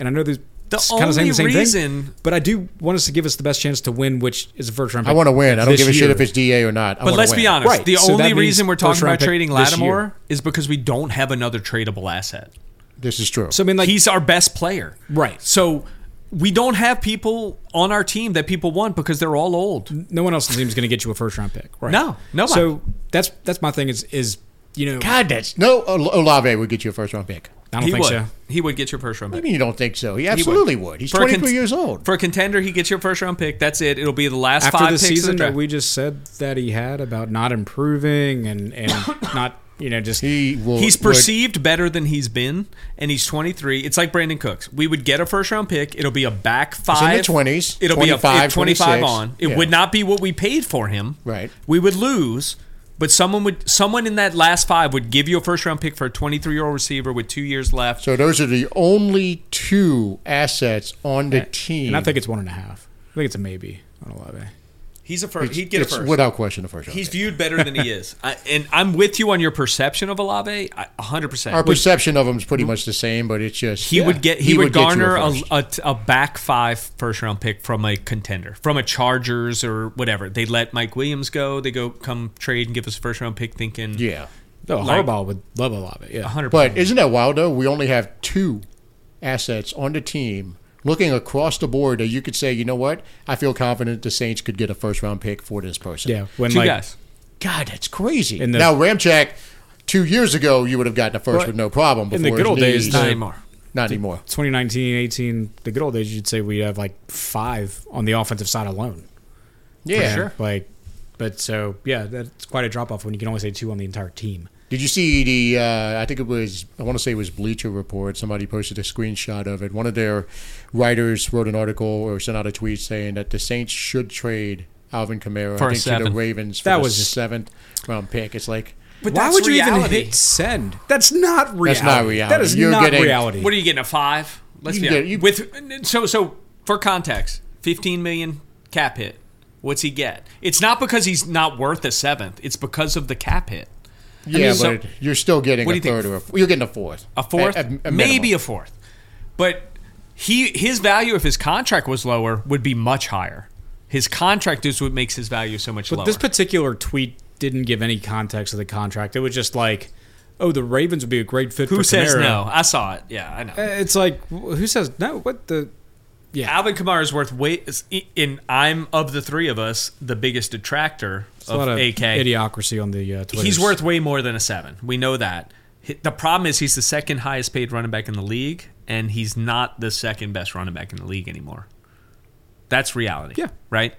E: And I know there's
C: The
E: kind of saying the same
C: only
E: thing,
C: reason-
E: but I do want us to give us the best chance to win, which is a first round.
D: I want to win. I don't
E: this
D: give a shit
E: year.
D: if it's DA or not. I
C: But
D: wanna
C: let's
D: win.
C: be honest.
E: Right,
C: The
E: so that
C: only
E: means
C: reason we're talking
E: first-round
C: about
E: pick
C: trading
E: this
C: Lattimore
E: year.
C: is because we don't have another tradable asset.
D: This is true.
E: So I mean, like
C: He's our best player.
E: Right.
C: So we don't have people on our team that people want because they're all old.
E: no one else on the team is going to get you a first round pick. Right?
C: No, nobody.
E: So that's that's my thing. Is is you know
D: God, that's no Ol- Olave would get you a first round pick.
E: I don't
C: He
E: think
C: would.
E: so.
C: He would get your first round
D: I
C: pick.
D: mean, you don't think so? He absolutely would. He's
C: For a
D: 23
C: cont-
D: years old.
C: For a contender, he gets your first round pick. That's it. It'll be the last
E: After
C: five
E: the
C: picks
E: season
C: of the
E: that
C: draft.
E: we just said that he had about not improving and
C: [COUGHS]
E: and not you know just
D: he will.
C: He's
D: would-
C: perceived better than he's been, and he's 23. It's like Brandon Cooks. We would get a first round pick. It'll be a back
D: in the
C: five.
D: 20s,
C: It'll be a
D: 25,
C: 25
D: 26.
C: on. It
D: Yeah.
C: would not be what we paid for him.
D: Right.
C: We would lose, but someone would someone in that last five would give you a first round pick for a 23 year old receiver with two years left.
D: So those are the only two assets on the team.
E: and I think it's one and a half. I think it's a maybe on Olave.
C: He's a first. He'd get a
D: It's
C: first.
D: without question the first round.
C: He's
D: pick.
C: viewed better than he is, I, and I'm with you on your perception of Olave, I- 100. percent
D: Our perception of him is pretty much the same, but it's just
C: He would get he, would,
D: get you
C: garner a,
D: first.
C: a, a back five first round pick from a contender, from a Chargers or whatever. They let Mike Williams go. They go come trade and give us a first round pick, thinking
D: yeah.
E: No,
C: Like-
E: Harbaugh would love Olave. Yeah,
C: hundred
D: But
C: percent.
D: isn't that wild though? We only have two assets on the team. Looking across the board, that you could say, you know what? I feel confident the Saints could get a first round pick for this person.
E: yeah. When
C: Two
E: like
C: guys.
D: God, that's crazy.
E: In the-
D: now Ramchak, two years ago, you would have gotten a first
E: Right.
D: with no problem.
E: In the
D: before
E: good
D: his
E: old days,
D: knees.
E: the-
C: Not anymore.
D: Not anymore.
E: 2019, 18, the good old days, you'd say we'd have like five on the offensive side alone.
D: Yeah.
E: And, Like, but so yeah, that's quite a drop off when you can only say two on the entire team.
D: Did you see the? Uh, I think it was. I want to say it was Bleacher Report. Somebody posted a screenshot of it. One of their writers wrote an article or sent out a tweet saying that the Saints should trade Alvin Kamara
C: For a
D: I think, to the
C: seven.
D: Ravens. For
E: That
D: the
E: was just-
D: seventh round pick. It's like
C: But
E: Why
C: that's
E: would you
C: reality.
E: even hit send? That's not reality.
D: That's not reality.
E: That is
D: You're
E: not
D: getting-
E: reality.
C: What are you getting a five? Let's
D: You
C: be
D: can
C: honest.
D: get- you-
C: with so so for context, fifteen million cap hit. What's he get? It's not because he's not worth a seventh. It's because of the cap hit.
D: yeah, but
C: so-
D: it- you're still getting
C: What
D: a
C: do you
D: third
C: think?
D: or a, you're getting a fourth.
C: A fourth,
D: At- at- at
C: maybe
D: minimum.
C: a fourth. But he his value if his contract was lower would be much higher. His contract is what makes his value so much
E: But
C: lower.
E: this particular tweet didn't give any context of the contract. It was just like, oh, the Ravens would be a great fit for
C: Who says
E: Kamara.
C: no? I saw it. Yeah, I know.
E: Uh, It's like, wh- who says no? What the?
C: Alvin Kamara is worth way. is- And I'm of the three of us the biggest detractor
E: A lot
C: of
E: of
C: AK.
E: idiocracy on the uh, Twitter.
C: He's worth way more than a seven. We know that. H- The problem is he's the second highest paid running back in the league, and he's not the second best running back in the league anymore. That's reality.
E: Yeah.
C: Right?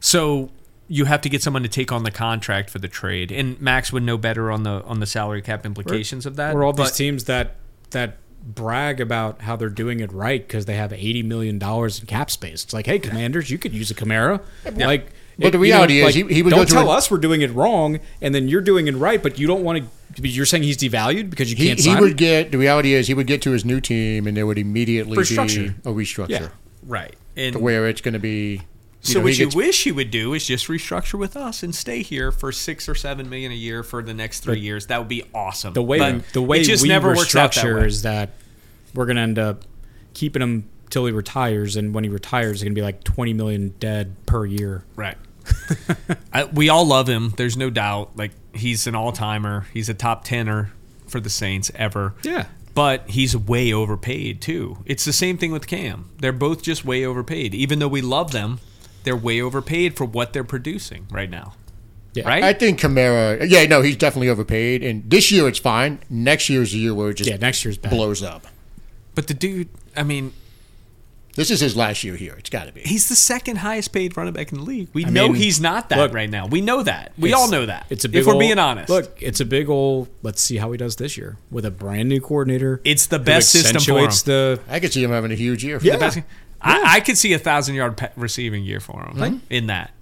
C: So you have to get someone to take on the contract for the trade. And Max would know better on the on the salary cap implications of that.
E: Or all these
C: but-
E: teams that that brag about how they're doing it right because they have eighty million dollars in cap space. It's like, hey, Commanders, you could use a Camaro. Like,
D: But
E: it-
D: the
E: you know,
D: reality is
E: like,
D: he- he would go
E: don't
D: to
E: tell
D: a-
E: us we're doing it wrong, and then you're doing it right, but you don't want to. You're saying he's devalued because you
D: He,
E: can't sign.
D: he
E: him?
D: would get the reality is he would get to his new team and there would immediately
E: For
D: be
E: structure.
D: a restructure
E: Yeah.
C: Right. And
D: to where it's going to be.
C: so
D: you know, he
C: what you
D: gets-
C: wish he would do is just restructure with us and stay here for six or seven million a year for the next three years. That would be awesome.
E: the way
C: But
E: we, the way
C: it just
E: we
C: never works out that
E: restructure
C: way.
E: is that we're gonna end up keeping him till he retires, and when he retires, it's gonna be like twenty million dead per year. [LAUGHS]
C: Right. I, we all love him. There's no doubt. Like he's an all timer. He's a top tenner for the Saints ever.
E: Yeah.
C: But he's way overpaid too. It's the same thing with Cam. They're both just way overpaid. Even though we love them, they're way overpaid for what they're producing right now.
E: Yeah.
C: Right.
D: I think Kamara. Yeah, no, he's definitely overpaid. And this year it's fine. Next year's the year where it just
E: Yeah, next year's bad.
D: blows up.
C: but the dude, I mean,
D: This is his last year here. It's got to be.
C: he's the second highest paid running back in the league. We know
E: mean,
C: he's not that
E: look,
C: right now. We know that. We
E: It's-
C: all know that.
E: It's a big
C: if we're
E: ol-
C: being honest.
E: Look, it's a big old. Let's see how he does this year with a brand new coordinator.
C: It's the
E: who
C: best system for him.
E: accentuates The
D: I could see him having a huge year.
E: Yeah. Mm-hmm.
C: That's- I, I could see a thousand yard pa- receiving year for him in that,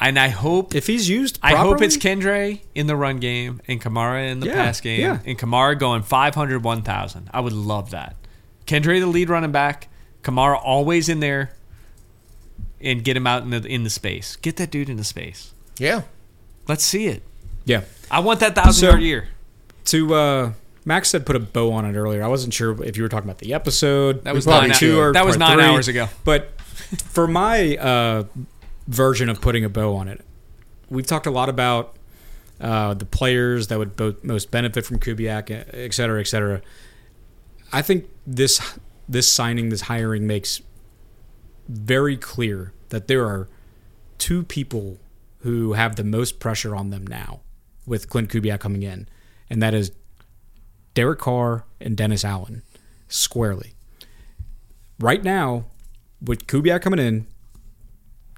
C: and I hope
E: if he's used,
C: I hope
E: properly,
C: it's Kendra in the run game and Kamara in the
E: Yeah,
C: pass game
E: yeah.
C: and Kamara going 500, 1,000. I would love that. Kendra the lead running back, Kamara always in there, and get him out in the in the space. Get that dude into space.
D: Yeah.
C: Let's see it.
E: Yeah.
C: I want that thousand
E: So-
C: yard year.
E: To uh, Max said, put a bow on it earlier. I wasn't sure if you were talking about the episode.
C: That was
D: probably
C: nine,
D: two
C: hours.
D: or-
C: that was
E: part
C: nine
E: three.
C: hours ago.
E: But
C: [LAUGHS]
E: for my uh, version of putting a bow on it, we've talked a lot about uh, the players that would bo- most benefit from Kubiak, e, et cetera, et cetera. I think this this signing, this hiring makes very clear that there are two people who have the most pressure on them now with Clint Kubiak coming in, and that is Derek Carr and Dennis Allen squarely right now, with Kubiak coming in,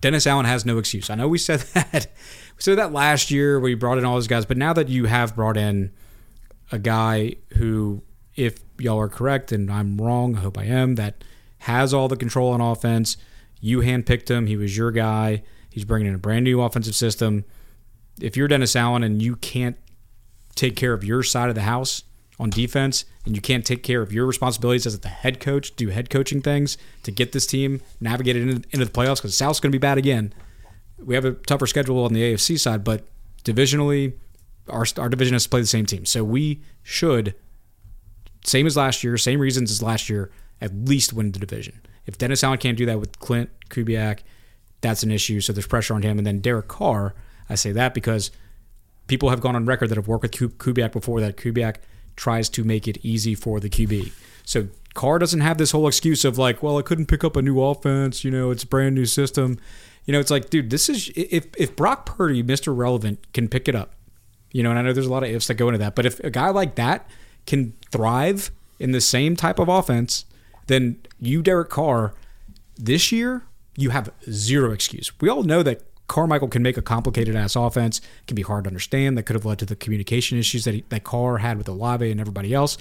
E: Dennis Allen has no excuse. I know we said [LAUGHS] that. We said that last year where you brought in all those guys, but now that you have brought in a guy who, if y'all are correct and I'm wrong, I hope I am, that has all the control on offense. You handpicked him. He was your guy. He's bringing in a brand new offensive system. If you're Dennis Allen and you can't take care of your side of the house on defense and you can't take care of your responsibilities as the head coach, do head coaching things to get this team navigated into, into the playoffs because South's going to be bad again. We have a tougher schedule on the AFC side, but divisionally, our, our division has to play the same team. So we should, same as last year, same reasons as last year, at least win the division. If Dennis Allen can't do that with Clint Kubiak, that's an issue. So there's pressure on him. And then Derek Carr, I say that because people have gone on record that have worked with Ku- Kubiak before that Kubiak tries to make it easy for the QB. So Carr doesn't have this whole excuse of like, well, I couldn't pick up a new offense. You know, it's a brand new system. You know, it's like, dude, this is if if Brock Purdy, Mister Relevant, can pick it up. You know, and I know there's a lot of ifs that go into that, but if a guy like that can thrive in the same type of offense, then you, Derek Carr, this year, you have zero excuse. We all know that Carmichael can make a complicated ass offense, it can be hard to understand. That could have led to the communication issues that, he, that Carr had with Olave and everybody else.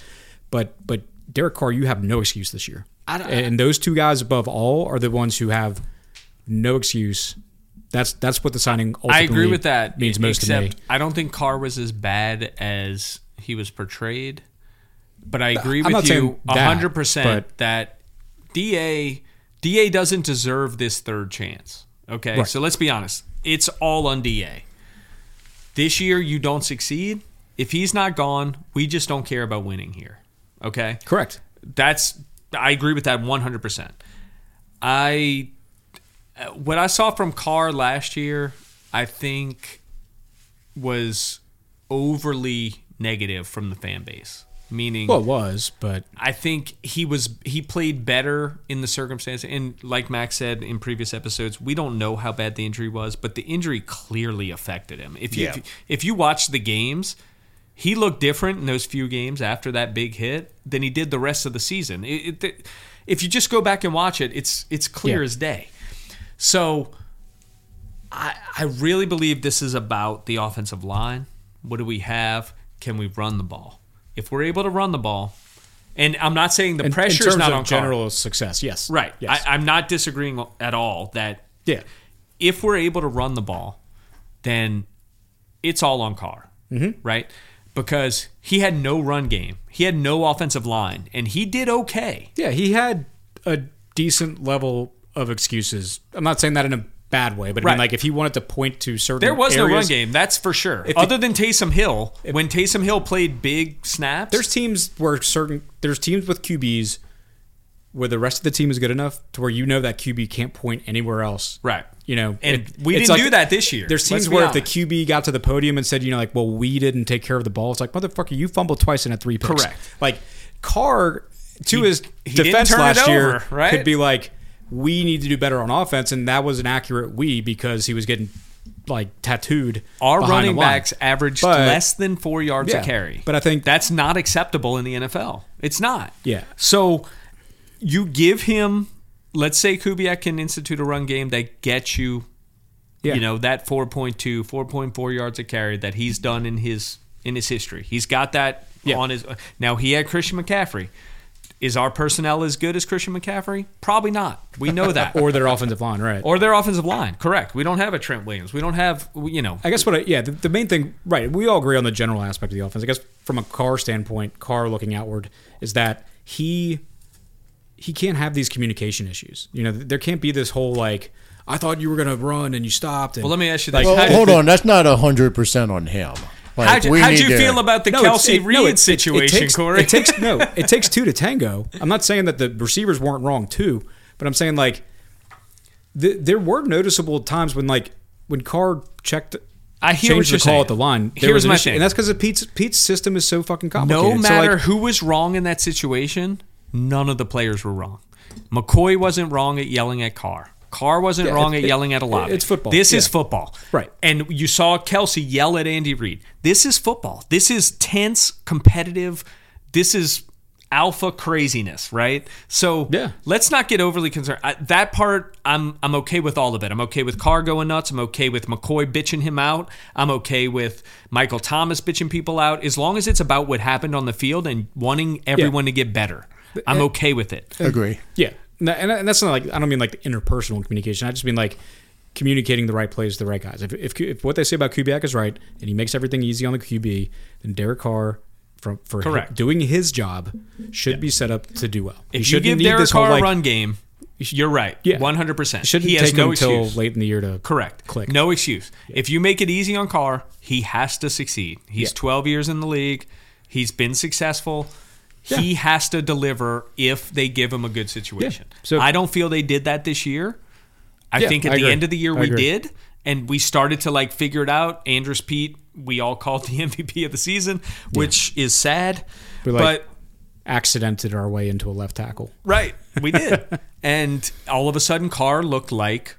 E: But, but Derek Carr, you have no excuse this year. and those two guys above all are the ones who have no excuse. That's that's what the signing.
C: I agree with that.
E: Means most to me.
C: except I don't think Carr was as bad as he was portrayed. But I agree
E: I'm not
C: with you
E: saying that,
C: hundred percent
E: but-
C: that DA DA doesn't deserve this third chance. Okay,
E: Right.
C: so let's be honest. It's all on DA. This year, you don't succeed. If he's not gone, we just don't care about winning here. Okay,
E: Correct.
C: that's I agree with that 100%. I uh, what I saw from Carr last year, I think was overly negative from the fan base. Meaning
E: Well, it was, but
C: I think he was he played better in the circumstance and like Max said in previous episodes, we don't know how bad the injury was, but the injury clearly affected him. If you
D: Yeah.
C: if you watch the games, he looked different in those few games after that big hit than he did the rest of the season. It, it, if you just go back and watch it, it's it's clear
E: Yeah.
C: as day. So I I really believe this is about the offensive line. What do we have? Can we run the ball? If we're able to run the ball, and I'm not saying the
E: in, in
C: pressure
E: terms
C: is not
E: of
C: on Carr.
E: general success, yes.
C: Right.
E: Yes.
C: I, I'm not disagreeing at all that
E: yeah.
C: if we're able to run the ball, then it's all on Carr, mm-hmm. right? Because he had no run game, he had no offensive line, and he did okay.
E: Yeah, he had a decent level of excuses. I'm not saying that in a bad way, but I
C: Right.
E: mean, like if he wanted to point to certain
C: There was no run
E: areas-
C: game, that's for sure.
E: If the-
C: Other than Taysom Hill, when Taysom Hill played big snaps,
E: There's teams where certain there's teams with QBs where the rest of the team is good enough to where you know that QB can't point anywhere else.
C: Right.
E: You know,
C: And
E: it-
C: we
E: it's
C: didn't do that this year.
E: There's
C: Let's
E: teams
C: be
E: where if
C: honest.
E: the QB got to the podium and said, you know, like, well, we didn't take care of the ball. It's like, motherfucker, you fumbled twice in a three picks.
C: Correct.
E: Like, Carr to
C: He-
E: his
C: he didn't
E: defense
C: turn it
E: last year
C: over, right?
E: could be like, we need to do better on offense, and that was an accurate we because he was getting like tattooed.
C: our
E: behind the
C: running
E: line.
C: backs averaged
E: But-
C: less than four yards a
E: Yeah,
C: carry.
E: but I think-
C: that's not acceptable in the NFL. It's not.
E: Yeah.
C: So you give him, let's say Kubiak can institute a run game that gets you,
E: Yeah.
C: you know, that 4.2, 4.4 yards a carry that he's done in his in his history. He's got that
E: Yeah.
C: on his. Now he had Christian McCaffrey. Is our personnel as good as Christian McCaffrey? Probably not. We
E: [LAUGHS]
C: know that.
E: or their offensive line, right?
C: or their offensive line. Correct. We don't have a Trent Williams. We don't have, you know,
E: I guess what I, yeah, the, the main thing, right, we all agree on the general aspect of the offense. I guess from a car standpoint, Carr looking outward is that he he can't have these communication issues. You know, there can't be this whole like I thought you were going to run and you stopped and
C: Well, let me ask you
E: like,
C: this.
D: Well,
C: How-
D: hold on, that's not hundred percent on him. Like,
C: How'd you,
D: we
C: how'd
D: need
C: you
D: to-
C: feel about the
E: No, it's-
C: Kelsey
E: it- no,
C: Reed
E: it's- it- it
C: situation,
E: takes-
C: Corey?
E: It takes no, it
C: [LAUGHS]
E: takes two to tango. I'm not saying that the receivers weren't wrong too, but I'm saying like th- there were noticeable times when like when Carr checked.
C: I hear what
E: changed
C: you're
E: the call
C: saying.
E: at the line. There
C: Here's
E: was an
C: my
E: issue,
C: thing.
E: and that's because Pete's Pete's system is so fucking complicated.
C: no
E: So, like,
C: matter who was wrong in that situation, none of the players were wrong. McCoy wasn't wrong at yelling at Carr. Carr wasn't
E: Yeah,
C: wrong
E: it-
C: at yelling at Olave.
E: it's football,
C: This is
E: yeah.
C: football.
E: Right.
C: And you saw Kelsey yell at Andy Reid. This is football. This is tense, competitive. This is alpha craziness, right? So
E: Yeah.
C: let's not get overly concerned. I, that part, I'm I'm okay with all of it. I'm okay with Carr going nuts. I'm okay with McCoy bitching him out. I'm okay with Michael Thomas bitching people out. As long as it's about what happened on the field and wanting everyone to get better, I'm okay with it.
D: Agree.
E: Yeah, No, and, and that's not like I don't mean like the interpersonal communication. I just mean like communicating the right plays to the right guys. If, if, if what they say about Kubiak is right, and he makes everything easy on the QB, then Derek Carr from for him
C: Correct.
E: doing his job should be set up to do well. He
C: If you
E: shouldn't
C: give
E: need
C: Derek
E: this whole,
C: Carr a
E: like-
C: run game, you're right.
E: Yeah.
C: 100%.
E: Shouldn't
C: he has
E: take
C: no
E: him until
C: excuse.
E: late in the year to
C: Correct.
E: Click.
C: No excuse. If you make it easy on Carr, he has to succeed. He's
E: Yeah.
C: 12 years in the league. He's been successful. He has to deliver if they give him a good situation.
E: So-
C: I don't feel they did that this year. I
E: Yeah,
C: think at
E: I
C: the
E: agree.
C: end of the year
E: I
C: we
E: agree.
C: did, and we started to like figure it out. Andrews Pete, we all called the [LAUGHS] MVP of the season, which is sad.
E: We, like-
C: but
E: accidented our way into a left tackle.
C: Right,
E: [LAUGHS]
C: we did. and all of a sudden, Carr looked like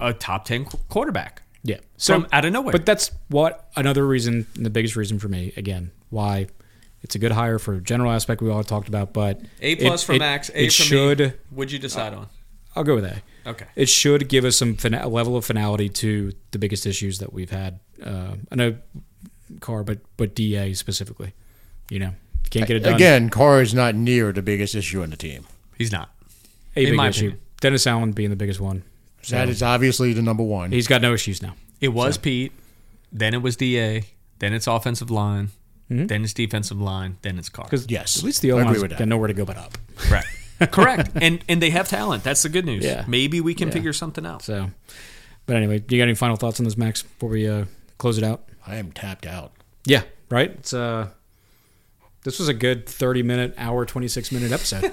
C: a top ten qu- quarterback.
E: Yeah.
C: From out of nowhere.
E: But that's what another reason, and the biggest reason for me, again, why It's a good hire for general aspect we all talked about, but
C: A plus
E: it-
C: for
E: it-
C: Max. A
E: it
C: for
E: should.
C: Me. Would you decide on?
E: I'll go with A.
C: Okay.
E: It should give us some fina- level of finality to the biggest issues that we've had. Uh, I know Carr, but but DA specifically. You know, can't get it done.
D: Again, Carr is not near the biggest issue on the team.
C: He's not.
E: a
C: in
E: big
C: my
E: issue.
C: opinion.
E: Dennis Allen being the biggest one.
D: That is obviously the number one.
E: He's got no issues now.
C: It was Pete. Then it was DA. Then it's offensive line.
E: Mm-hmm.
C: Then it's defensive line. Then it's Carr.
E: Because
D: Yes,
E: at least the
D: I
E: O
D: agree
E: line's
D: with that.
E: got nowhere to go but up. [LAUGHS]
C: Right. Correct. And and they have talent. That's the good news.
E: Yeah.
C: Maybe we can
E: Yeah.
C: figure something out.
E: So, but anyway, do you got any final thoughts on this, Max? Before we uh, close it out.
D: I am tapped out.
E: Yeah, right. It's uh, this was a good thirty-minute, hour, twenty-six minute episode.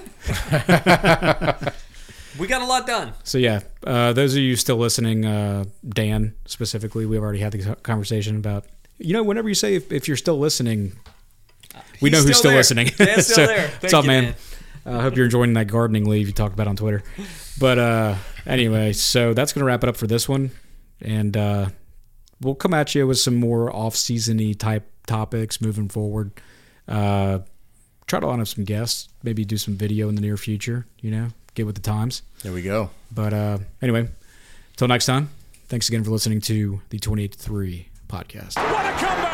C: We got a lot done.
E: so yeah, uh, those of you still listening, uh, Dan specifically, we've already had the conversation about. You know, whenever you say if, if you're still listening, we
C: He's
E: know who's still
C: there.
E: listening. [LAUGHS]
C: Dan's
E: So,
C: still there. Thank
E: what's up,
C: you,
E: man? I hope you're enjoying that gardening leave you talked about on Twitter. But uh, anyway, so that's gonna wrap it up for this one, and uh, we'll come at you with some more off-seasony type topics moving forward. Uh, try to line up some guests, maybe do some video in the near future. You know, get with the times.
D: There we go.
E: But uh, anyway, till next time. Thanks again for listening to the 28 3
A: What
E: podcast.
A: a comeback!